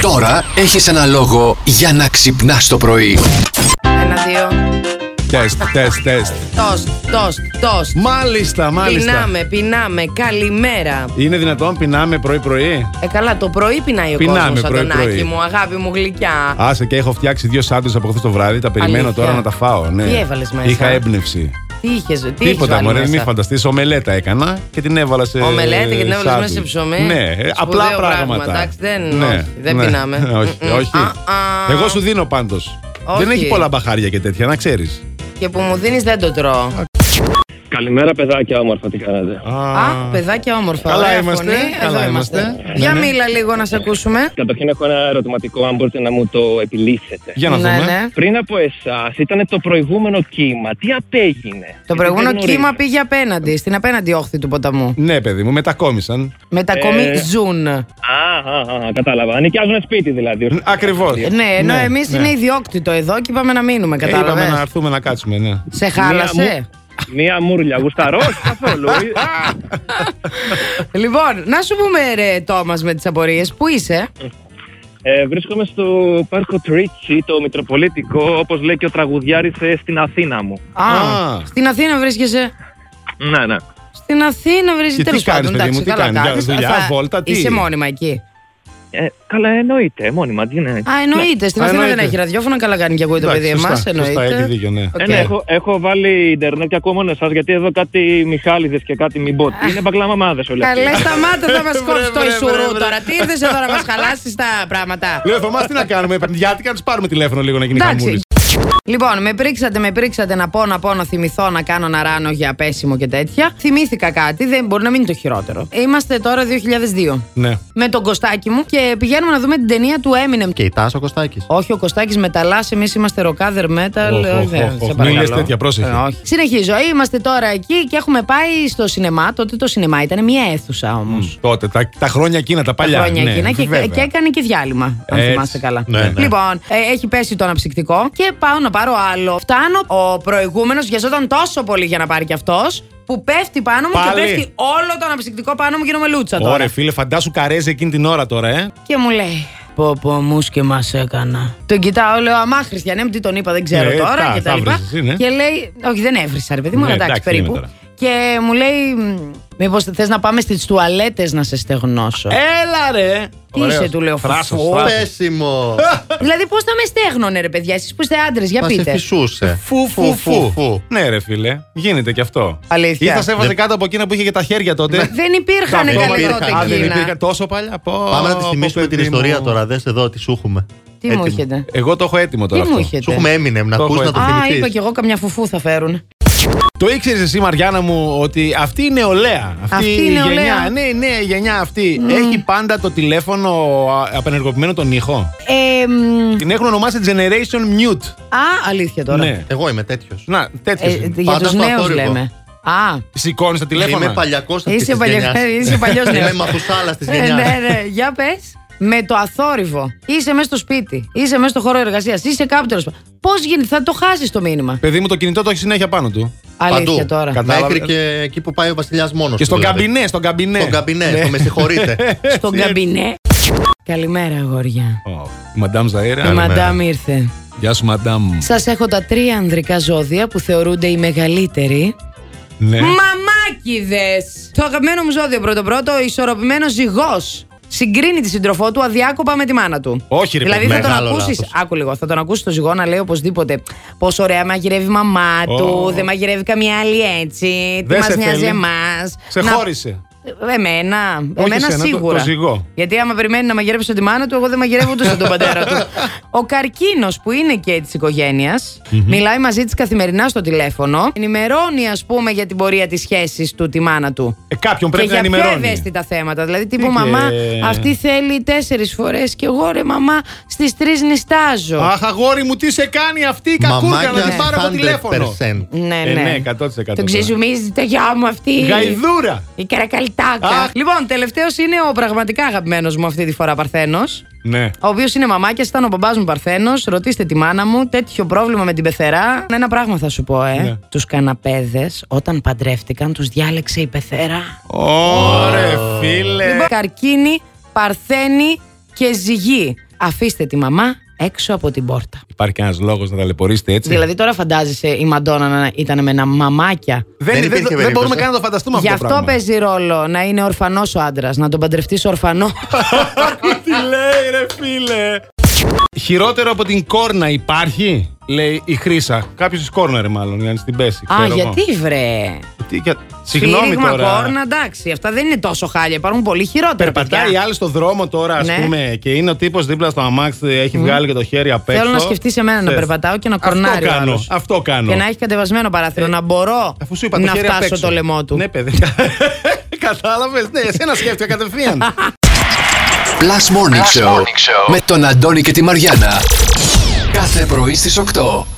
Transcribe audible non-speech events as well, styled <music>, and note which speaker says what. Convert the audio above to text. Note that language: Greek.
Speaker 1: Τώρα έχεις ένα λόγο για να ξυπνάς το πρωί.
Speaker 2: Ένα, δύο.
Speaker 3: Τεστ, τεστ, τεστ.
Speaker 2: Τόστ, τόστ, τόστ.
Speaker 3: Μάλιστα, μάλιστα.
Speaker 2: Πεινάμε, πεινάμε. Καλημέρα.
Speaker 3: Είναι δυνατόν πεινάμε πρωί-πρωί.
Speaker 2: Ε, καλά, το πρωί πεινάει ο
Speaker 3: Πεινάμε
Speaker 2: κόσμος,
Speaker 3: πρωί-πρωί.
Speaker 2: Αντωνάκη μου, αγάπη μου γλυκιά.
Speaker 3: Άσε και έχω φτιάξει δύο σάντουιτ από χθες το βράδυ. Τα περιμένω
Speaker 2: Αλήθεια.
Speaker 3: τώρα να τα φάω. Ναι.
Speaker 2: Τι έβαλες μέσα?
Speaker 3: Είχα έμπνευση.
Speaker 2: Τι είχες, τι έχεις
Speaker 3: Τίποτα,
Speaker 2: βάλει
Speaker 3: μωρέ,
Speaker 2: μέσα?
Speaker 3: μην φανταστείς. Ομελέτα έκανα και την έβαλα σε.
Speaker 2: Ομελέτα και την έβαλες
Speaker 3: σάντουιτ.
Speaker 2: μέσα σε ψωμί.
Speaker 3: Ναι,
Speaker 2: Σπουδαίο
Speaker 3: απλά
Speaker 2: πράγμα,
Speaker 3: πράγματα. Ναι,
Speaker 2: εντάξει, δεν- όχι, δεν πεινάμε.
Speaker 3: <laughs> όχι,
Speaker 2: Μμμ.
Speaker 3: όχι.
Speaker 2: Α, α.
Speaker 3: Εγώ σου δίνω πάντως.
Speaker 2: Όχι.
Speaker 3: Δεν έχει πολλά μπαχάρια και τέτοια, να ξέρεις.
Speaker 2: Και που μου δίνεις δεν το τρώω.
Speaker 4: Καλημέρα, παιδάκια, όμορφα, τι κάνετε.
Speaker 2: Α, παιδάκια όμορφα.
Speaker 3: Καλά
Speaker 2: ωραία
Speaker 3: είμαστε,
Speaker 2: φωνή, εδώ
Speaker 3: καλά
Speaker 2: είμαστε.
Speaker 3: είμαστε.
Speaker 2: Για
Speaker 3: Ναι, ναι.
Speaker 2: μίλα λίγο να σε ακούσουμε.
Speaker 4: Καταρχήν έχω ένα ερωτηματικό, αν μπορείτε να μου το επιλύσετε.
Speaker 3: Για να
Speaker 2: ναι,
Speaker 3: δούμε.
Speaker 2: ναι.
Speaker 4: Πριν από εσάς ήταν το προηγούμενο κύμα. Τι απέγινε.
Speaker 2: Το προηγούμενο
Speaker 4: Δεν γνωρίζω.
Speaker 2: κύμα πήγε απέναντι, στην απέναντι όχθη του ποταμού.
Speaker 3: Ναι, παιδί μου, μετακόμισαν.
Speaker 2: Μετακομί
Speaker 4: Ε.
Speaker 2: ζουν.
Speaker 4: Α, α, α, κατάλαβα. Νοικιάζουν σπίτι δηλαδή.
Speaker 3: Ακριβώ.
Speaker 2: Ναι, ενώ εμεί είναι ιδιόκτητο εδώ και είπαμε να μείνουμε, κατάλαβε.
Speaker 3: Ε, Είπαμε να έρθουμε να κάτσουμε, ναι.
Speaker 2: Σε χάλασε.
Speaker 4: Μία μούρλια, γουσταρός
Speaker 2: <laughs>
Speaker 4: καθόλου.
Speaker 2: λοιπόν, να σου πούμε, ρε Τόμας, με τις απορίες, πού είσαι.
Speaker 4: Ε, βρίσκομαι στο πάρκο Τρίτσι, το Μητροπολιτικό, όπως λέει και ο τραγουδιάρης στην Αθήνα μου.
Speaker 3: Α.
Speaker 2: στην Αθήνα βρίσκεσαι.
Speaker 4: Ναι, ναι.
Speaker 2: Στην Αθήνα βρίσκεσαι.
Speaker 3: Και τι
Speaker 2: Τέλος
Speaker 3: κάνεις,
Speaker 2: πάντων,
Speaker 3: παιδί μου,
Speaker 2: εντάξει,
Speaker 3: τι
Speaker 2: καλά
Speaker 3: κάνεις,
Speaker 2: κάνεις.
Speaker 3: για δουλειά,
Speaker 2: Θα-
Speaker 3: βόλτα, τι?
Speaker 2: Είσαι μόνιμα εκεί.
Speaker 4: Ε, καλά, εννοείται, μόνιμα. Τι είναι.
Speaker 2: Α, εννοείται. Στην
Speaker 3: Α,
Speaker 2: Αθήνα δεν
Speaker 3: Ναι, εννοείται.
Speaker 2: έχει ραδιόφωνο, καλά κάνει και εγώ το
Speaker 3: Εντάξει,
Speaker 2: παιδί
Speaker 3: σωστά,
Speaker 2: εμάς.
Speaker 3: σωστά, έχει δίκιο, ναι. Ε,
Speaker 4: Ε, ναι, έχω, έχω βάλει Ιντερνετ και ακούω μόνο εσάς γιατί εδώ κάτι Μιχάλιδες και κάτι Μιμπότ. Είναι μπαγκλαμαμάδε όλοι αυτοί.
Speaker 2: Καλές, σταμάτα, θα μας κόψει το
Speaker 3: βρε, βρε,
Speaker 2: Ισουρού
Speaker 3: βρε.
Speaker 2: τώρα. Τι ήρθε εδώ να μας χαλάσεις τα πράγματα.
Speaker 3: Λέω, Θωμάς, τι να κάνουμε, επενδυάτικα, να του πάρουμε τηλέφωνο λίγο να γίνει χαμούλη.
Speaker 2: Εντάξει. Λοιπόν, με πρίξατε, με πρίξατε να πω, να πω, να θυμηθώ, να κάνω, να ράνω για πέσιμο και τέτοια. Θυμήθηκα κάτι, δεν μπορεί να μην είναι το χειρότερο. Είμαστε τώρα 2002.
Speaker 3: Ναι.
Speaker 2: Με τον Κωστάκη μου και πηγαίνουμε να δούμε την ταινία του Eminem.
Speaker 5: Και η Τάσο ο Κωστάκης.
Speaker 2: Όχι, ο Κωστάκης μεταλλάσσει, εμείς είμαστε ροκάδερ metal.
Speaker 3: Οχ, οχ,
Speaker 2: Ε, δεν,
Speaker 3: οχ,
Speaker 2: σε
Speaker 3: οχ, μην
Speaker 2: παρακαλώ.
Speaker 3: λες τέτοια, πρόσεχε.
Speaker 2: Ε, όχι. Συνεχίζω. Είμαστε τώρα εκεί και έχουμε πάει στο σινεμά. Τότε το σινεμά ήταν μια αίθουσα όμως.
Speaker 3: Τότε, τα, τα χρόνια εκείνα, τα παλιά.
Speaker 2: χρόνια
Speaker 3: ναι,
Speaker 2: εκείνα και,
Speaker 3: βέβαια.
Speaker 2: και έκανε και διάλειμμα, αν
Speaker 3: Έτσι.
Speaker 2: θυμάστε καλά.
Speaker 3: Ναι, ναι.
Speaker 2: Λοιπόν, ε, έχει πέσει το αναψυκτικό και πάω να πάρω άλλο. Φτάνω, ο προηγούμενος βιαζόταν τόσο πολύ για να πάρει κι αυτός, που πέφτει πάνω μου και
Speaker 3: Πάλι.
Speaker 2: πέφτει όλο το αναψυκτικό πάνω μου και γίνομαι λούτσα τώρα.
Speaker 3: Ωραία, φίλε, φαντάσου καρέζε εκείνη την ώρα τώρα, ε.
Speaker 2: Και μου λέει. Πω πω μους και μας έκανα Τον κοιτάω λέω αμά Χριστιανέ μου τι τον είπα δεν ξέρω
Speaker 3: Ε,
Speaker 2: τώρα
Speaker 3: τα-
Speaker 2: και τα
Speaker 3: τα
Speaker 2: λοιπά
Speaker 3: βρίζεις, είναι.
Speaker 2: Και λέει όχι δεν έβρισα ρε παιδί μου
Speaker 3: Ναι,
Speaker 2: εντάξει,
Speaker 3: εντάξει,
Speaker 2: περίπου
Speaker 3: είναι τώρα.
Speaker 2: Και μου λέει «Μ, μήπως θες να πάμε στις τουαλέτες να σε στεγνώσω
Speaker 3: Ε, Έλα, ρε.
Speaker 2: Τι είσαι, του λέω,
Speaker 3: Φράσος,
Speaker 2: φουφού.
Speaker 3: φράσος.
Speaker 5: <laughs> Πέσιμο!
Speaker 2: Δηλαδή πώς θα με στέγνωνε ρε παιδιά εσείς που είστε άντρες για
Speaker 5: Μα σε
Speaker 2: πείτε
Speaker 5: φυσούσε.
Speaker 3: Φου, φου, φου,
Speaker 5: φου.
Speaker 3: Ναι, ρε, φίλε. Γίνεται και αυτό.
Speaker 2: Αλήθεια.
Speaker 3: Ή θα σε έβαζε κάτω από εκείνα που είχε και τα χέρια τότε.
Speaker 2: Δεν υπήρχαν
Speaker 3: Τα
Speaker 2: καλέ
Speaker 5: αυτόματα.
Speaker 2: τότε
Speaker 3: Α, δεν
Speaker 2: εκείνα.
Speaker 3: υπήρχαν τόσο παλιά. Πω,
Speaker 5: Πάμε να τη
Speaker 3: πω,
Speaker 5: θυμίσουμε
Speaker 3: παιδί
Speaker 5: την ιστορία
Speaker 3: μου.
Speaker 5: τώρα. Δες εδώ τι σου έχουμε.
Speaker 2: Τι μου
Speaker 5: Έτοιμο.
Speaker 2: έχετε.
Speaker 3: Εγώ το έχω έτοιμο τώρα.
Speaker 2: Τι μου
Speaker 3: αυτό.
Speaker 2: έχετε.
Speaker 5: Σου έχουμε έμεινε να
Speaker 3: Το
Speaker 5: ακούς
Speaker 3: έχω
Speaker 5: να το
Speaker 2: Α, είπα κι
Speaker 5: θυμηθείς.
Speaker 2: εγώ καμιά φουφού θα φέρουν.
Speaker 3: Το ήξερες εσύ, Μαριάννα μου, ότι αυτή η νεολαία.
Speaker 2: Αυτή η
Speaker 3: η
Speaker 2: νεολαία. Ναι.
Speaker 3: γενιά, ναι, η νέα γενιά αυτή. Έχει πάντα το τηλέφωνο α, απενεργοποιημένο τον ήχο.
Speaker 2: Ε, μ,
Speaker 3: Την έχουν ονομάσει Generation Mute.
Speaker 2: α, αλήθεια τώρα.
Speaker 3: Ναι.
Speaker 5: Εγώ είμαι τέτοιος.
Speaker 3: Να, τέτοιος.
Speaker 2: Ε,
Speaker 3: είναι.
Speaker 2: για
Speaker 5: Πάντα
Speaker 2: τους
Speaker 5: στο
Speaker 2: νέους
Speaker 5: αθόρυβο.
Speaker 2: λέμε. Α,
Speaker 3: Σηκώνεις τα τηλέφωνα.
Speaker 5: Είμαι παλιακός αυτής
Speaker 2: είσαι
Speaker 5: της
Speaker 2: παλιός- <laughs> είσαι παλιός
Speaker 5: Είμαι
Speaker 2: νέος.
Speaker 5: μαφουσάλα της
Speaker 2: Ε, ναι,
Speaker 5: γενιάς.
Speaker 2: ναι, για πες. Με το αθόρυβο. Είσαι μέσα στο σπίτι, είσαι μέσα στο χώρο εργασίας, είσαι κάπου τέλο Πώς γίνει, θα το χάσεις το μήνυμα.
Speaker 3: Παιδί μου, το κινητό το έχει συνέχεια πάνω του.
Speaker 2: Αλήθεια τώρα.
Speaker 3: Κα- Κατάλαβα.
Speaker 5: Μέχρι και εκεί που πάει ο βασιλιάς μόνος.
Speaker 3: Και στον καμπινέ, στον καμπινέ. Ναι.
Speaker 5: Στον
Speaker 2: Ναι.
Speaker 5: καμπινέ, το με
Speaker 3: <laughs>
Speaker 5: συγχωρείτε.
Speaker 2: Στον καμπινέ. Καλημέρα, αγόρια.
Speaker 3: Ω, Η Μαντάμ
Speaker 2: Η
Speaker 3: Ζαέρα.
Speaker 5: Καλημέρα.
Speaker 2: μαντάμ ήρθε.
Speaker 3: Γεια σου, Μαντάμ.
Speaker 2: Σας έχω τα τρία ανδρικά ζώδια που θεωρούνται οι μεγαλύτεροι.
Speaker 3: Ναι.
Speaker 2: Μαμάκιδες! Το αγαπημένο μου ζώδιο πρώτο πρώτο, ισορροπημένος ζυγός. Συγκρίνει τη σύντροφό του αδιάκοπα με τη μάνα του.
Speaker 3: Όχι, ρε
Speaker 2: Δηλαδή
Speaker 3: παιδί,
Speaker 2: θα τον
Speaker 5: μεγάλο
Speaker 2: ακούσεις.
Speaker 5: λάθος.
Speaker 2: Άκου λίγο. Θα τον ακούσεις το ζυγό να λέει οπωσδήποτε πόσο ωραία μαγειρεύει η μαμά του.
Speaker 3: Ω.
Speaker 2: Δεν μαγειρεύει καμία άλλη έτσι. Τι
Speaker 3: Δεν
Speaker 2: μας
Speaker 3: σε
Speaker 2: νοιάζει
Speaker 3: θέλει.
Speaker 2: εμάς.
Speaker 3: Σε χώρισε.
Speaker 2: Ε, Εμένα.
Speaker 3: Όχι
Speaker 2: εμένα
Speaker 3: εσένα, το-
Speaker 2: σίγουρα.
Speaker 3: το ζυγό.
Speaker 2: Γιατί άμα περιμένει να μαγειρέψω τη μάνα του, εγώ δεν μαγειρεύω ούτε στον πατέρα
Speaker 3: <laughs>
Speaker 2: του. Ο καρκίνος που είναι και της οικογένειας, μιλάει μαζί της καθημερινά στο τηλέφωνο, ενημερώνει, ας πούμε, για την πορεία της σχέσης του τη μάνα του.
Speaker 3: Ε, κάποιον πρέπει
Speaker 2: και
Speaker 3: να
Speaker 2: για πιο
Speaker 3: ενημερώνει. Ε,
Speaker 2: ευαίσθητα θέματα. Δηλαδή, τύπου
Speaker 3: και-
Speaker 2: μαμά, αυτή θέλει τέσσερις φορές και εγώ ρε μαμά στις τρεις νιστάζω.
Speaker 3: Αχ, αγόρι μου, τι σε κάνει αυτή η κακούργα να
Speaker 5: Μαμάκια
Speaker 3: την πάρω από τηλέφωνο.
Speaker 5: 100%.
Speaker 2: ναι,
Speaker 3: Ε,
Speaker 2: ναι.
Speaker 3: ναι, 100%.
Speaker 2: Τον ξεζουμίζει τα γιά μου αυτή.
Speaker 3: Γαϊδούρα.
Speaker 2: Η καρακαλιτάκα.
Speaker 3: Αχ.
Speaker 2: Λοιπόν, τελευταίος είναι ο πραγματικά αγαπημένος μου αυτή τη φορά Παρθένος.
Speaker 3: Ναι.
Speaker 2: Ο οποίος είναι μαμάκια, ήταν ο μπαμπάς μου Παρθένος. Ρωτήστε τη μάνα μου, τέτοιο πρόβλημα με την πεθερά. Ένα πράγμα θα σου πω, ε.
Speaker 3: Ναι.
Speaker 2: Τους καναπέδες, όταν παντρεύτηκαν, τους διάλεξε η πεθερά.
Speaker 3: Ωρε, φίλε. Ε.
Speaker 2: Λοιπόν, καρκίνη, παρθένη και ζυγή. αφήστε τη μαμά έξω από την πόρτα.
Speaker 3: Υπάρχει κανένας λόγος να ταλαιπωρήσετε έτσι.
Speaker 2: Δηλαδή τώρα φαντάζεσαι η Μαντόνα να ήταν με ένα μαμάκια.
Speaker 3: Δεν,
Speaker 5: Δεν
Speaker 3: δεν,
Speaker 5: υπήρχε
Speaker 3: δεν
Speaker 5: περίπτωση.
Speaker 3: μπορούμε καν να το φανταστούμε
Speaker 2: Γι'
Speaker 3: αυτό το
Speaker 2: αυτό
Speaker 3: πράγμα.
Speaker 2: παίζει ρόλο να είναι ορφανός ο άντρας, να τον παντρευτείς ορφανό.
Speaker 3: <laughs> Τι λέει, ρε φίλε. Χειρότερο από την κόρνα υπάρχει, λέει η Χρύσα. Κάποιος της κόρνα, ρε μάλλον, για να την πέσει.
Speaker 2: Α,
Speaker 3: ξέρω εγώ.
Speaker 2: γιατί βρε.
Speaker 3: Τι, για- Συγγνώμη
Speaker 2: Σφύριγμα,
Speaker 3: τώρα.
Speaker 2: κόρνα, εντάξει. Αυτά δεν είναι τόσο χάλια. Υπάρχουν πολύ χειρότερα.
Speaker 3: Περπατάει η
Speaker 2: παιδιά.
Speaker 3: άλλη στο δρόμο τώρα, ας
Speaker 2: Ναι.
Speaker 3: πούμε, και είναι ο τύπος δίπλα στο αμάξι, έχει βγάλει και το χέρι απ' έξω.
Speaker 2: Θέλω να σκεφτείς εμένα να
Speaker 3: Θες.
Speaker 2: περπατάω και να κορνάρει
Speaker 3: Αυτό
Speaker 2: ο
Speaker 3: κάνω.
Speaker 2: άλλος.
Speaker 3: Αυτό κάνω.
Speaker 2: Και να έχει κατεβασμένο παράθυρο, να μπορώ
Speaker 3: Αφού σου είπα το
Speaker 2: να
Speaker 3: χέρι απ'
Speaker 2: φτάσω
Speaker 3: έξω.
Speaker 2: το λαιμό του.
Speaker 3: Ναι, παιδί. <laughs> Κατάλαβες. Ναι, εσένα σκέφτηκα κατευθείαν.
Speaker 1: Plus Morning, Show, με τον Αντώνη και τη Μαριάνα. Κάθε πρωί στις 8.